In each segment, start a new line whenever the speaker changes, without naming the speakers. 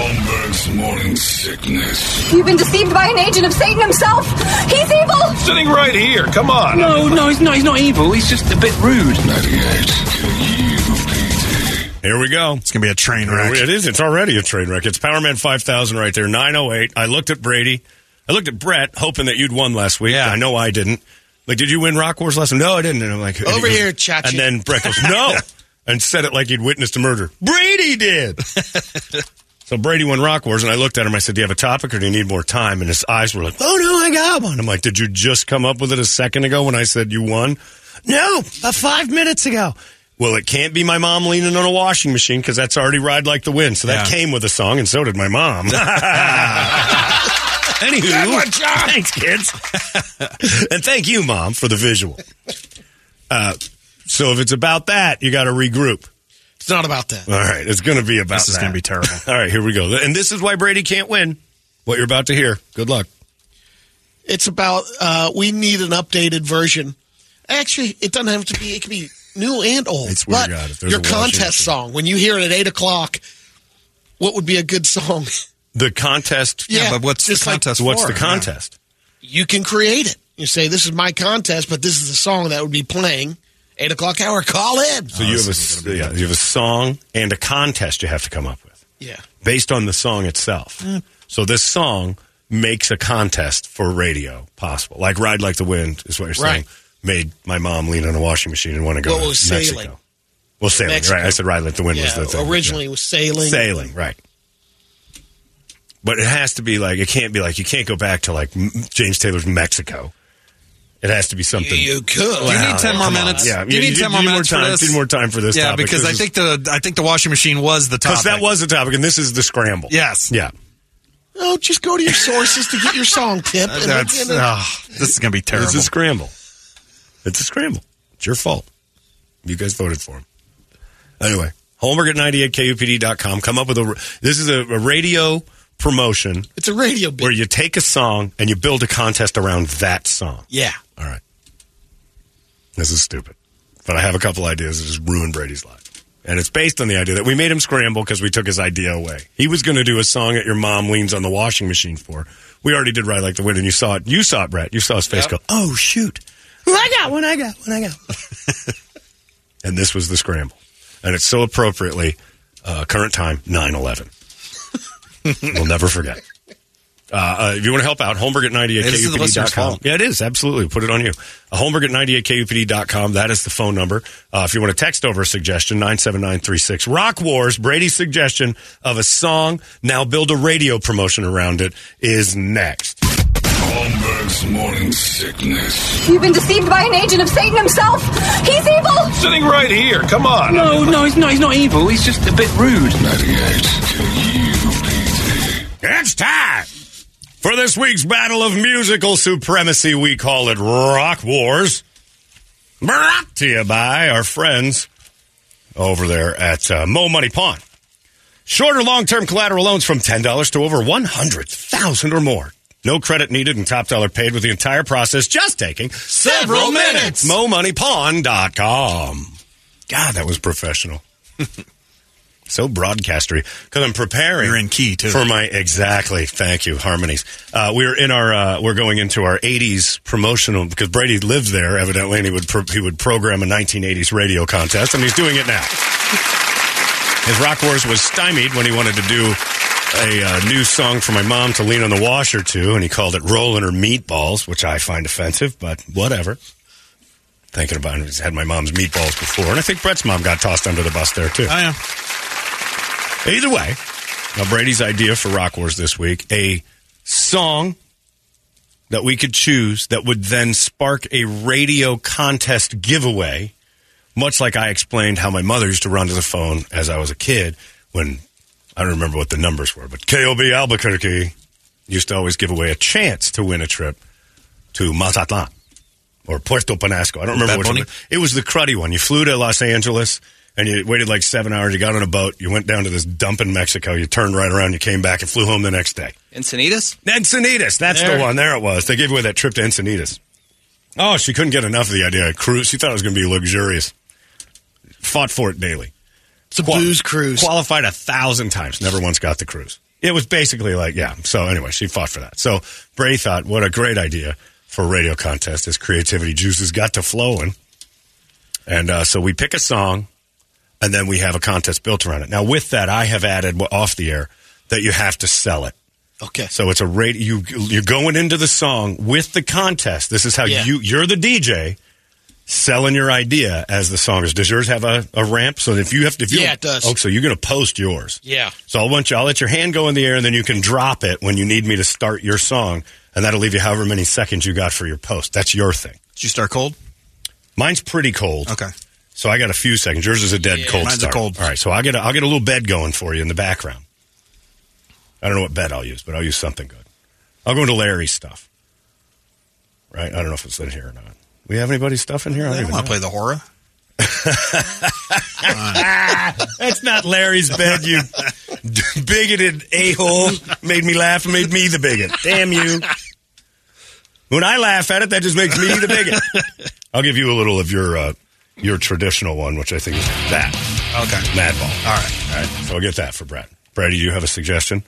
Holmberg's morning sickness.
You've been deceived by an agent of Satan himself. He's evil.
Sitting right here. Come on.
No, no, he's not. He's not evil. He's just a bit rude.
98.
Here we go.
It's gonna be a train wreck.
It is. It's already a train wreck. It's Power Man 5000 right there, 908. I looked at Brady. I looked at Brett, hoping that you'd won last week.
Yeah.
I know I didn't. Like, did you win Rock Wars last? No, I didn't. And I'm like,
Over
and he
here, Chachi.
And then Brett goes, no, and said it like he'd witnessed a murder. Brady did. so Brady won Rock Wars, and I looked at him. I said, "Do you have a topic, or do you need more time?" And his eyes were like, "Oh no, I got one." I'm like, "Did you just come up with it a second ago when I said you won?" No, about five minutes ago. Well, it can't be my mom leaning on a washing machine because that's already ride like the wind. So that
Yeah.
came with a song, and so did my mom. Anywho, thanks, kids, and thank you, mom, for the visual. Uh, so if it's about that, you got to regroup.
It's not about that.
All right, it's going to be about
This is
that.
gonna be terrible.
All right, here we go, and this is why Brady can't win. What you're about to hear. Good luck.
It's about uh, we need an updated version. Actually, it doesn't have to be. It can be new and old.
I swear
but
to God, if there's
your
a Washington-
contest song when you hear it at eight o'clock, what would be a good song?
The contest.
Yeah,
but what's the
just like-
contest?
What's
for?
the contest?
you can create it. You say this is my contest, but this is the song that would be playing eight o'clock hour. Call in.
Oh,
So you have a s- yeah, you have a song and a contest you have to come up with
yeah.
based on the song itself. So this song makes a contest for radio possible. Like "Ride Like the Wind" is what you're saying.
Right.
Made my mom lean on a washing machine and want to go
Well,
to
it was
Mexico.
sailing.
Well, sailing. Right.
Mexico.
I said "Ride Like the Wind" was
Yeah.
the thing.
Originally,
Yeah.
it was sailing.
sailing, right? But it has to be like it can't be like you can't go back to like M- James Taylor's Mexico. It has to be something.
You could.
You need ten more minutes.
Yeah,
you, need ten more minutes
time,
for this.
Need more time for this.
yeah,
topic.
because
This
I
is-
think the I think the washing machine was the topic.
because that was the topic, and this is the scramble.
yes.
yeah.
Oh, just go to your sources to get your song tip. and
That's
then-
ah, this is gonna be terrible.
It's a scramble. It's a scramble. It's your fault. You guys voted for him. Anyway, homework at 98kupd.com. Come up with a. This is a, a radio promotion
it's a radio
where
bit.
you take a song and you build a contest around that song.
Yeah.
All right. This is stupid. But I have a couple ideas that just ruined Brady's life. And it's based on the idea that we made him scramble because we took his idea away. He was going to do a song that your mom leans on the washing machine for. We already did Ride Like the Wind, and you saw it. You saw it, Brett. You saw his face go, oh, shoot. Well, I got one, I got one, I got one. and this was the scramble. And it's so appropriately, uh, current time, 9 11. we'll never forget. Uh, uh, if you want to help out, Holmberg at
Hey, this is the listener's
98kupd.com.
fault.
Yeah, it is. Absolutely. Put it on you. Uh, Holmberg at 98kupd.com. That is the phone number. Uh, if you want to text over a suggestion, 97936. Rock Wars, Brady's suggestion of a song, now build a radio promotion around it, is next.
Holmberg's morning sickness.
You've been deceived by an agent of Satan himself. He's evil.
Sitting right here. Come on.
No, no, he's not. He's not evil. He's just a bit rude.
98.
It's time for this week's battle of musical supremacy. We call it Rock Wars. Brought to you by our friends over there at uh, Mo Money Pawn. Short or long term collateral loans from $10 to over 100000 or more. No credit needed and top dollar paid with the entire process just taking several minutes. MoMoneyPawn.com. God, that was professional. so broadcastery. Because I'm preparing.
You're in key, too.
For my exactly. Thank you, harmonies. Uh, we're in our. Uh, we're going into our 80s promotional because Brady lived there evidently, and he would pro- he would program a 1980s radio contest, and he's doing it now. His Rock Wars was stymied when he wanted to do a uh, new song for my mom to lean on the washer to, and he called it Rollin' Her Meatballs, which I find offensive, but whatever. thinking about it. I had my mom's meatballs before, and I think Brett's mom got tossed under the bus there too.
I am.
Either way, now Brady's idea for Rock Wars this week a song that we could choose that would then spark a radio contest giveaway, much like I explained how my mother used to run to the phone as I was a kid when I don't remember what the numbers were, but KOB Albuquerque used to always give away a chance to win a trip to Mazatlan or Puerto Penasco. I don't remember
Bad
which one.
Bunny?
It it was the cruddy one. You flew to Los Angeles and you waited like seven hours. You got on a boat. You went down to this dump in Mexico. You turned right around. You came back and flew home the next day.
Encinitas?
Encinitas. That's the one. There it was. They gave away that trip to Encinitas. Oh, she couldn't get enough of the idea of cruise. She thought it was going to be luxurious. Fought for it daily.
It's a booze cruise.
Qualified a thousand times. Never once got the cruise. It was basically like, yeah. So anyway, she fought for that. So Bray thought, what a great idea for a radio contest. His creativity juices got to flowing. And uh, so we pick a song and then we have a contest built around it. Now with that, I have added w- off the air that you have to sell it.
Okay.
So it's a rate you you're going into the song with the contest. This is how
Yeah.
you you're the DJ selling your idea as the song is. Does yours have a, a ramp? So if you have to, if you
Yeah, it does.
Oh, so you're going to post yours.
Yeah.
So I want you. I'll let your hand go in the air, and then you can drop it when you need me to start your song, and that'll leave you however many seconds you got for your post. That's your thing.
Did you start cold?
Mine's pretty cold.
Okay.
So I got a few seconds. Yours is a dead cold
mine's a
start.
cold.
All right. So I get a, I'll get a little bed going for you in the background. I don't know what bed I'll use, but I'll use something good. I'll go into Larry's stuff. Right. I don't know if it's in here or not. We have anybody's stuff in here? I
I
don't
don't
even
want
know.
to play the horror.
That's not Larry's bed, you bigoted a hole. Made me laugh and made me the bigot. Damn you. When I laugh at it, that just makes me the bigot. I'll give you a little of your uh, your traditional one, which I think is that.
Okay.
Madball.
All right.
All right. So I'll get that for Brad. Brad, do you have a suggestion?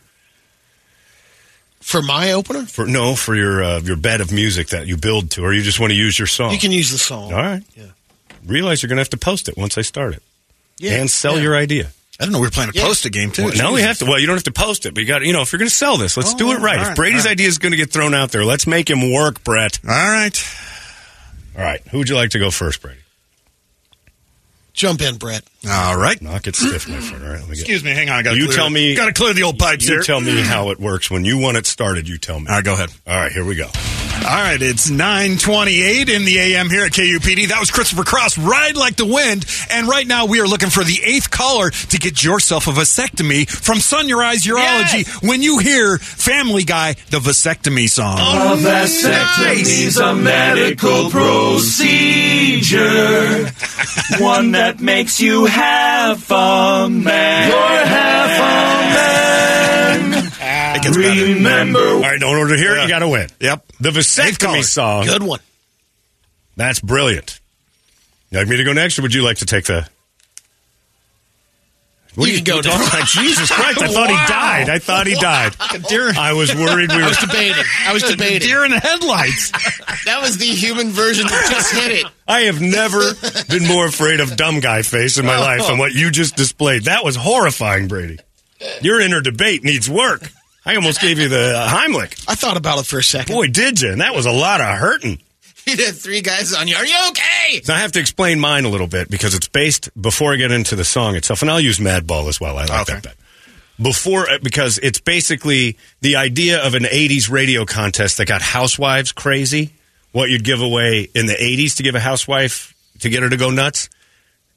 For my opener,
For no, for your uh, your bed of music that you build to, or you just want to use your song.
you can use the song.
All right.
Yeah.
Realize you're going to have to post it once I start it,
Yeah.
and sell
Yeah.
your idea.
I don't know. We were playing a
Yeah.
post a game too.
Well, now we have to. Well, you don't have to post it, but you got. You know, if you're going to sell this, let's do it right.
all
if
right,
Brady's
all right.
idea is going to get thrown out there, let's make him work, Brett.
All right.
All right. Who would you like to go first, Brady?
Jump in, Brett.
All right.
Knock it stiff, my friend. All right. Let me get.
Excuse me. Hang on. I gotta
You
clear
tell
the-
me-
Gotta clear the old pipes
You
here.
tell me how it works when you want it started. You tell me.
All right. Go ahead.
All right. Here we go.
All right, it's 928 in the AM here at KUPD. That was Christopher Cross, Ride Like the Wind. And right now we are looking for the eighth caller to get yourself a vasectomy from Sun Your Eyes Urology when you hear Family Guy, the vasectomy song.
Vasectomy's a medical procedure. One that makes you half a man. You're half a man.
It gets better.
Remember.
All right. Don't order here.
Yeah.
You got to win.
Yep.
The
Eighth caller.
vasectomy song.
Good one.
That's brilliant. You like me to go next, or would you like to take the? What
You
are
can go
talking
next.
about? Jesus Christ! I thought he died. I thought he died. I was worried we were.
Debating. I was debating.
Deer in the headlights.
That was the human version that just hit it.
I have never been more afraid of dumb guy face in my life than what you just displayed. That was horrifying, Brady. Your inner debate needs work. I almost gave you the uh, Heimlich.
I thought about it for a second.
Boy, did you? And that was a lot of hurting.
You did three guys on you. Are you okay?
So I have to explain mine a little bit because it's based before I get into the song itself, and I'll use Madball as well. I like
Okay.
that bet. Before, uh, because it's basically the idea of an 80s radio contest that got housewives crazy. What you'd give away in the 80s to give a housewife to get her to go nuts,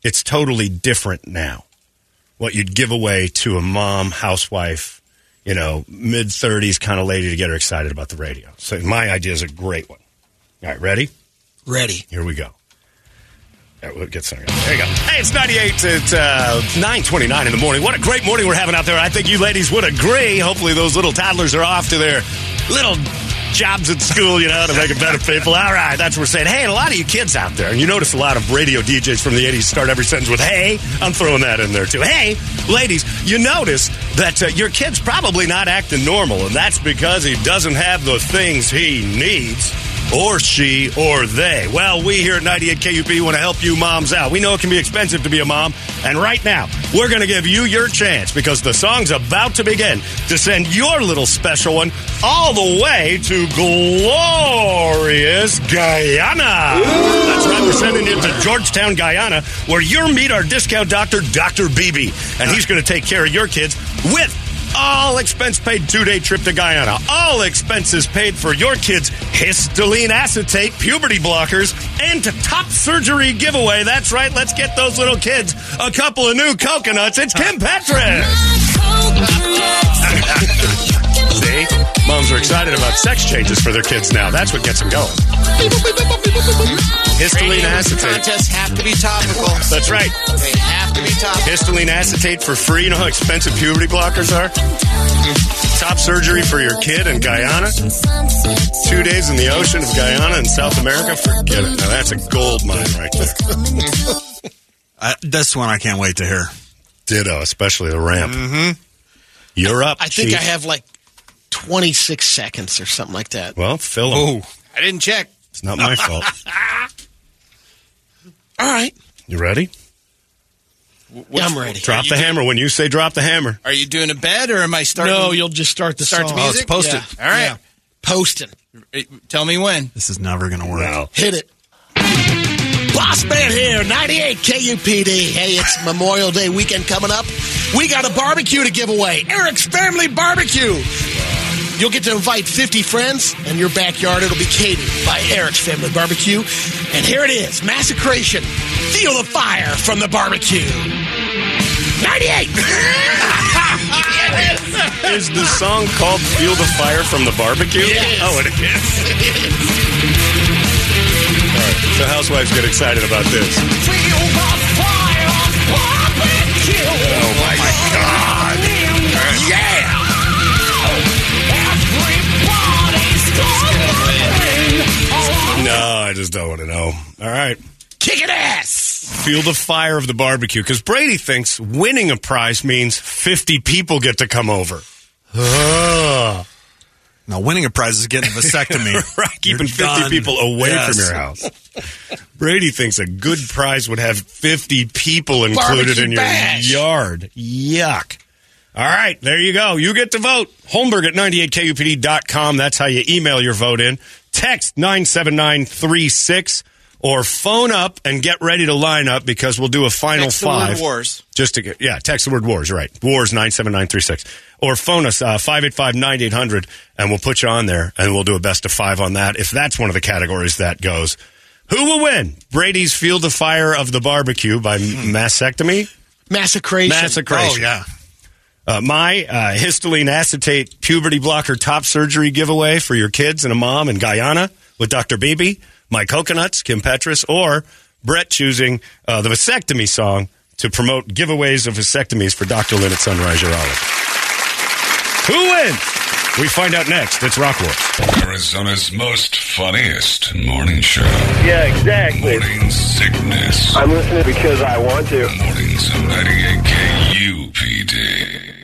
it's totally different now. What you'd give away to a mom, housewife, you know, mid 30s kind of lady to get her excited about the radio. So my idea is a great one. All right, ready?
Ready.
Here we go. Yeah, we'll get something. There you go. Hey, it's 98. It's uh, 929 in the morning. What a great morning we're having out there. I think you ladies would agree. Hopefully those little toddlers are off to their little jobs at school, you know, to make it better people. All right, that's what we're saying. Hey, and a lot of you kids out there, and you notice a lot of radio DJs from the 80s start every sentence with, hey. I'm throwing that in there, too. Hey, ladies, you notice that uh, your kid's probably not acting normal, and that's because he doesn't have the things he needs. or she or they. Well, we here at 98 KUP want to help you moms out. We know it can be expensive to be a mom, and right now we're going to give you your chance because the song's about to begin to send your little special one all the way to glorious Guyana. That's right, we're sending you to Georgetown, Guyana, where you'll meet our discount doctor, Dr. Beebe, and he's going to take care of your kids with all expense paid two day trip to Guyana. All expenses paid for your kids' histoline acetate, puberty blockers, and to top surgery giveaway. That's right, let's get those little kids a couple of new coconuts. It's Kim Petras. See? Moms are excited about sex changes for their kids now. That's what gets them going. Histoline acetate.
Contests have to be topical.
That's right.
They have to be topical.
Histoline acetate for free. You know how expensive puberty blockers are? Top surgery for your kid in Guyana. Two days in the ocean of Guyana in South America. Forget it. Now that's a gold mine right there.
Uh, that's one I can't wait to hear.
Ditto, especially the ramp. Mm-hmm. You're up.
I think
Chief.
I have like 26 seconds or something like that.
Well, fill 'em.
I didn't check.
It's not my fault.
All right.
You ready?
Yeah, I'm ready.
Drop the hammer when you say drop the hammer.
Are you doing a bed or am I starting?
No, you'll just start the
start the
song.
Oh,
music.
posted.
All right.
Posting.
Uh, Tell me when.
This is never going to work.
Hit it. Boss Man here, 98 KUPD. Hey, it's Memorial Day weekend coming up. We got a barbecue to give away. Eric's Family Barbecue. You'll get to invite 50 friends, and your backyard it'll be catered by Eric's Family Barbecue. And here it is, Massacration. Feel the fire from the barbecue. 98.
Is the song called Feel the Fire from the Barbecue?
Yes.
Oh, it is. All right. So housewives get excited about this. Oh my god. Yeah. No, I just don't want to know. All right.
Kicking ass.
Feel the fire of the barbecue because Brady thinks winning a prize means 50 people get to come over. Ugh.
Now, winning a prize is getting a vasectomy.
Right, keeping
You're
50
done.
people away
Yes.
from your house. Brady thinks a good prize would have 50 people included
Barbecue
in your
bash.
yard. Yuck. All right, there you go. You get to vote. Holmberg at 98kupd.com. That's how you email your vote in. Text 97936 or phone up and get ready to line up because we'll do a final
Text the word
five.
wars.
Just to get, yeah, text the word wars, right. Wars 97936. Or phone us, uh, 585 9800, and we'll put you on there and we'll do a best of five on that. If that's one of the categories that goes, who will win? Brady's Field of Fire of the Barbecue by
Hmm.
Massectomy?
Massacration.
Massacration.
Oh, yeah.
Uh, my uh, histoline acetate puberty blocker top surgery giveaway for your kids and a mom in Guyana with Dr. Beebe, my coconuts, Kim Petras, or Brett choosing uh, the vasectomy song to promote giveaways of vasectomies for Dr. Lynn at Sunrise Urology. Who wins? We find out next. It's Rock Wars.
Arizona's most funniest morning show.
Yeah, exactly.
Morning sickness.
I'm listening because I want to.
Mornings of 98 KUPD.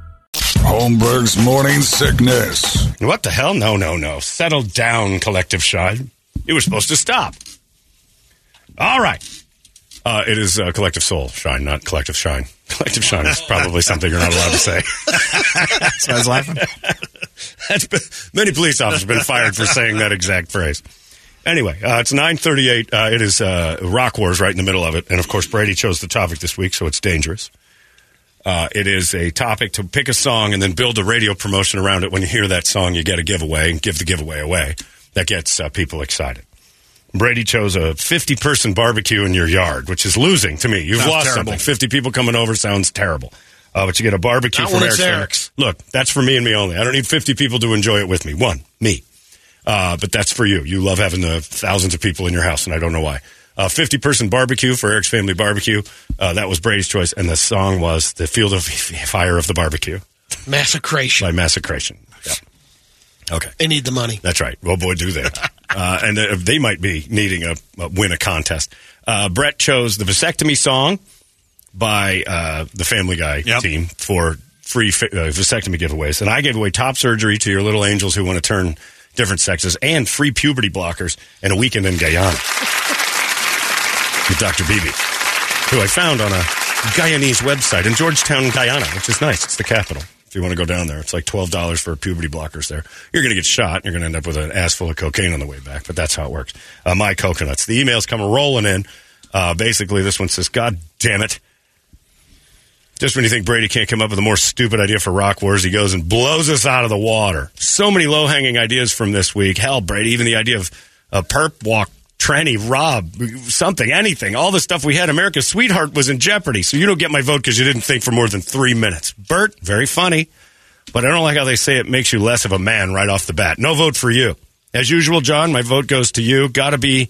Holmberg's morning sickness.
What the hell? No, no, no. Settle down, collective shy. You were supposed to stop. All right. Uh, it is uh, collective soul shine, not collective shine. Collective shine is probably something you're not allowed to say.
So I was laughing.
That's been, many police officers have been fired for saying that exact phrase. Anyway, uh, it's 938. Uh, it is uh, Rock Wars right in the middle of it. And, of course, Brady chose the topic this week, so it's dangerous. Uh, it is a topic to pick a song and then build a radio promotion around it. When you hear that song, you get a giveaway and give the giveaway away. That gets uh, people excited. Brady chose a 50 person barbecue in your yard, which is losing to me. You've
Sounds
lost
terrible.
something. 50 people coming over sounds terrible. Uh, but you get a barbecue
Not
from
when it's
Eric's.
Eric's.
Look, that's for me and me only. I don't need 50 people to enjoy it with me. One, me. Uh, but that's for you. You love having the thousands of people in your house, and I don't know why. A 50 person barbecue for Eric's Family Barbecue. Uh, that was Brady's choice, and the song was The Field of Fire of the Barbecue
Massacration.
by Massacration. Yeah. Okay.
They need the money.
That's right. Well, boy, do they. uh, and uh, they might be needing a, a win a contest. Uh, Brett chose the vasectomy song by uh, the Family Guy team for free fa- uh, vasectomy giveaways. And I gave away top surgery to your little angels who want to turn different sexes and free puberty blockers and a weekend in Guyana with Dr. Beebe, who I found on a Guyanese website in Georgetown, Guyana, which is nice. It's the capital. If you want to go down there, it's like twelve dollars for puberty blockers. There, you're going to get shot. and You're going to end up with an ass full of cocaine on the way back. But that's how it works. Uh, my coconuts. The emails come rolling in. Uh, basically, this one says, "God damn it." Just when you think Brady can't come up with a more stupid idea for Rock Wars, he goes and blows us out of the water. So many low hanging ideas from this week. Hell, Brady, even the idea of a perp walk, tranny, rob, something, anything. All the stuff we had. America's sweetheart was in jeopardy. So you don't get my vote because you didn't think for more than three minutes. Bert, very funny. But I don't like how they say it makes you less of a man right off the bat. No vote for you. As usual, John, my vote goes to you. Gotta be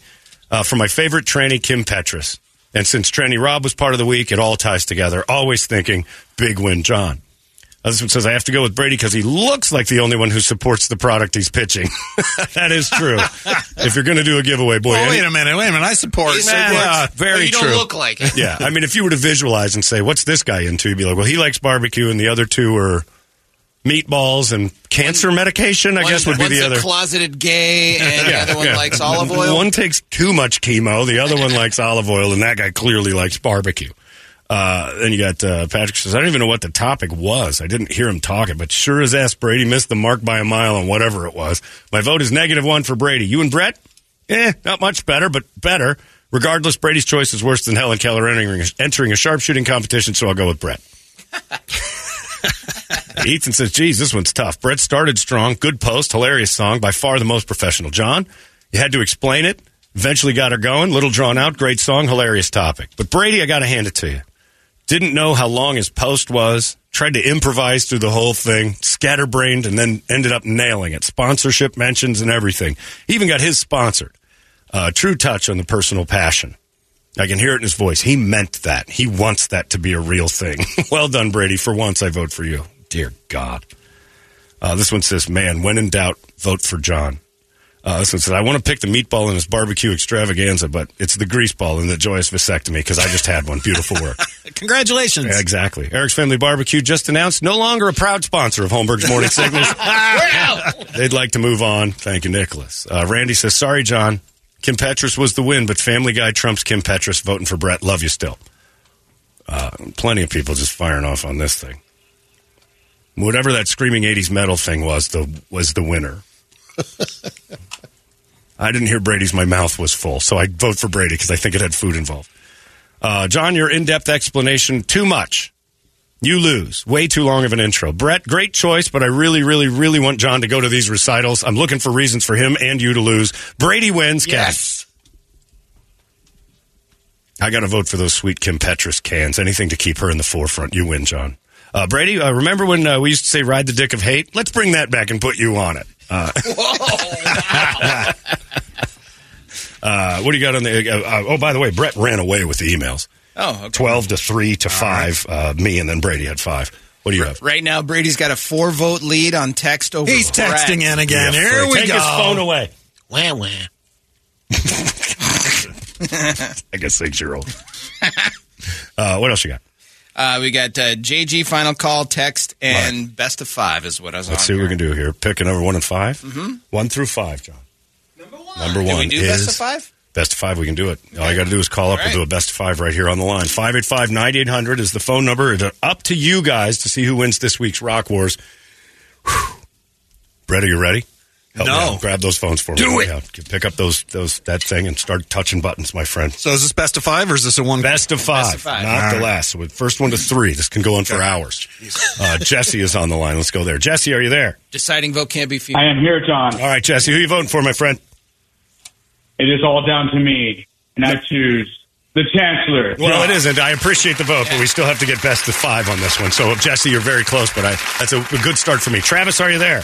uh, for my favorite tranny, Kim Petras. And since Tranny Rob was part of the week, it all ties together. Always thinking, big win, John. Uh, This one says, I have to go with Brady because he looks like the only one who supports the product he's pitching. that is true. if you're going to do a giveaway, boy.
Well,
any-
wait a minute, wait a minute. I support.
Nah, nah, very true. yeah,
I
I mean, if you were to visualize and say, "What's this guy into?" You'd be like, "Well, he likes barbecue, and the other two are meatballs and cancer medication." I
One-
guess would be
one's
the
a
other.
closeted gay, and the other one
yeah.
likes olive oil.
One takes too much chemo. The other one likes olive oil, and that guy clearly likes barbecue. Uh, then you got uh, Patrick says, I don't even know what the topic was. I didn't hear him talking, but sure as ass, Brady missed the mark by a mile on whatever it was. My vote is negative one for Brady. You and Brett? Eh, not much better, but better. Regardless, Brady's choice is worse than Helen Keller entering, entering a sharpshooting competition, so I'll go with Brett. Ethan says, geez, this one's tough. Brett started strong. Good post. Hilarious song. By far the most professional. John, you had to explain it. Eventually got her going. Little drawn out. Great song. Hilarious topic. But Brady, I got to hand it to you. Didn't know how long his post was. Tried to improvise through the whole thing. Scatterbrained and then ended up nailing it. Sponsorship mentions and everything. He even got his sponsored. Uh, true touch on the personal passion. I can hear it in his voice. He meant that. He wants that to be a real thing. well done, Brady. For once, I vote for you. Dear God. Uh, this one says, man, when in doubt, vote for John. Uh, this one says, I want to pick the meatball in his barbecue extravaganza, but it's the grease ball in the joyous vasectomy because I just had one. Beautiful work.
Congratulations.
exactly. Eric's Family Barbecue just announced no longer a proud sponsor of Holmberg's Morning Sickness. They'd like to move on. Thank you, Nicholas. Uh, Randy says, sorry, John. Kim Petras was the win, but Family Guy trumps Kim Petras voting for Brett. Love you still. Uh, plenty of people just firing off on this thing. Whatever that screaming 80s metal thing was, the was the winner. I didn't hear Brady's. My mouth was full, so I vote for Brady because I think it had food involved. Uh, John, your in-depth explanation too much. You lose. Way too long of an intro. Brett, great choice, but I really, really, really want John to go to these recitals. I'm looking for reasons for him and you to lose. Brady wins. Yes. I got to vote for those sweet Kim Petras cans. Anything to keep her in the forefront. You win, John. Uh, Brady, uh, remember when uh, we used to say ride the dick of hate? Let's bring that back and put you on it. Uh, Uh, what do you got on the? Uh, uh, oh, by the way, Brett ran away with the emails.
Oh, okay.
twelve to three to five. Uh, me and then Brady had five. What do you have?
Right now, Brady's got a four vote lead on text over.
He's texting in again. Yeah, Here frick. we Take go. his phone away.
Wah, wah.
I guess six year old. Uh, what else you got?
Uh, we got uh, JG final call text and best of five is what I was
Let's see
on.
what we can do here. Pick a number one and 5
Mhm.
One through five, John. Number one. Number
Did we
one
do
is
best of five?
Best of five, we can do it. All I got to do is call up.
All
We'll do a best of five right here on the line. 585 9800 is the phone number. It's up to you guys to see who wins this week's Rock Wars. Whew. Brett, are you ready? me
No.
out. Grab those phones for me.
Do it.
Yeah. Pick up those, those, that thing and start touching buttons, my friend.
So is this best of five or is this a one?
Best of five. Not the last. So with first one to three. This can go on for hours. Uh, Jesse is on the line. Let's go there. Jesse, are you there?
Deciding vote can't be female.
I am here, John.
All right, Jesse, who you voting for, my friend?
It is all down to me, and I choose the Chancellor.
Well, it isn't. I appreciate the vote, but we still have to get best of five on this one. So, Jesse, you're very close, but I, that's a, a good start for me. Travis, are you there?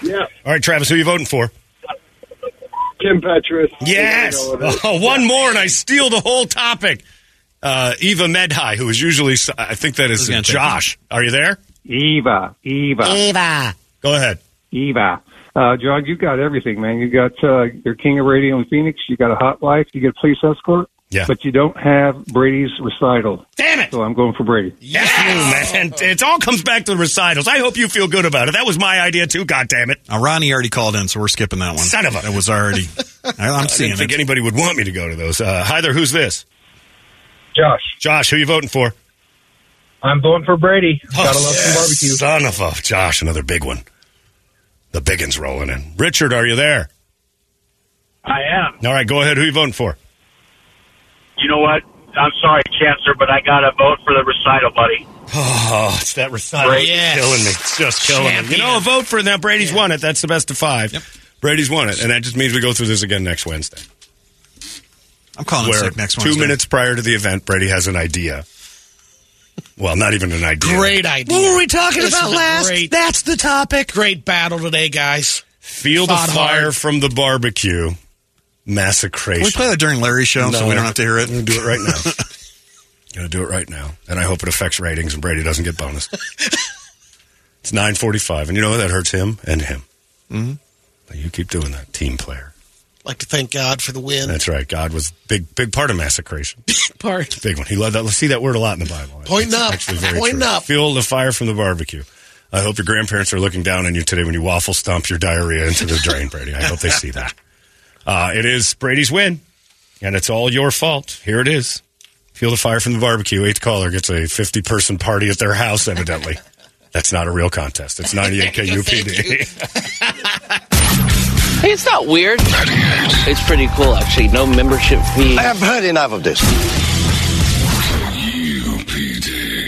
Yeah.
All right, Travis, who are you voting for?
Kim Petras.
Yes.
You know it is.
Oh, one more, and I steal the whole topic. Uh, Eva Medhai, who is usually, I think that is
gonna take
Josh. Are you there?
Eva, Eva,
Eva.
Go ahead.
Eva. Uh, John, you got everything, man. You got uh, your King of Radio in Phoenix. You got a hot wife. You get a police escort.
Yeah.
But you don't have Brady's recital.
Damn it!
So I'm going for Brady.
Yes, you, man. It all comes back to the recitals. I hope you feel good about it. That was my idea too. God damn it!
Now, Ronnie already called in, so we're skipping that one.
Son of a-
That was already. I, I'm
I
seeing
didn't think
it.
anybody would want me to go to those. Uh, hi there. Who's this?
Josh.
Josh, who you voting for? Oh,
I'm voting for Brady. Gotta love
yes.
some barbecue.
Son of a Josh, another big one. The big one's rolling in. Richard, are you there?
I am.
All right, go ahead. Who you voting for?
You know what? I'm sorry, Chancellor, but I got to vote for the recital, buddy.
Oh, it's that recital.
Brady.
It's Killing me. It's just killing me. You know, a vote for it. Now Brady's won it. That's the best of five. Brady's won it. And that just means we go through this again next Wednesday.
I'm calling
Where
it sick next
two
Wednesday.
minutes prior to the event, Brady has an idea. Well, not even an idea.
Great idea.
What were we talking
This
about
is a
last?
Great,
That's the topic.
great battle today, guys.
Feel the
Fought
fire
hard.
from the barbecue. Massacration.
Can we play that during Larry's show so
No, Mm-hmm.
we don't have to hear it?
I'm going to do it right now. Gonna do it right now, and I hope it affects ratings and Brady doesn't get bonus. it's nine forty-five, and you know what? that hurts him and him.
Mhm.
But You keep doing that, team player.
Like to thank God for the win.
That's right. God was big, big part of massacration.
part.
Big one. He loved that. Let's see that word a lot in the Bible.
Pointing up.
Actually, very
Pointing
true.
up.
Fuel the fire from the barbecue. I hope your grandparents are looking down on you today when you waffle stomp your diarrhea into the drain, Brady. I hope they see that. Uh, it is Brady's win, and it's all your fault. Here it is. Fuel the fire from the barbecue. Eighth caller gets a 50 person party at their house, evidently. That's not a real contest. It's 98 KUPD.
Hey, it's not weird. It's pretty cool, actually. No membership fee. I have heard enough of this.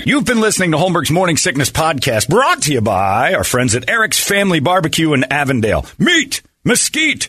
You've been listening to Holmberg's Morning Sickness Podcast, brought to you by our friends at Eric's Family Barbecue in Avondale. Meet, mesquite,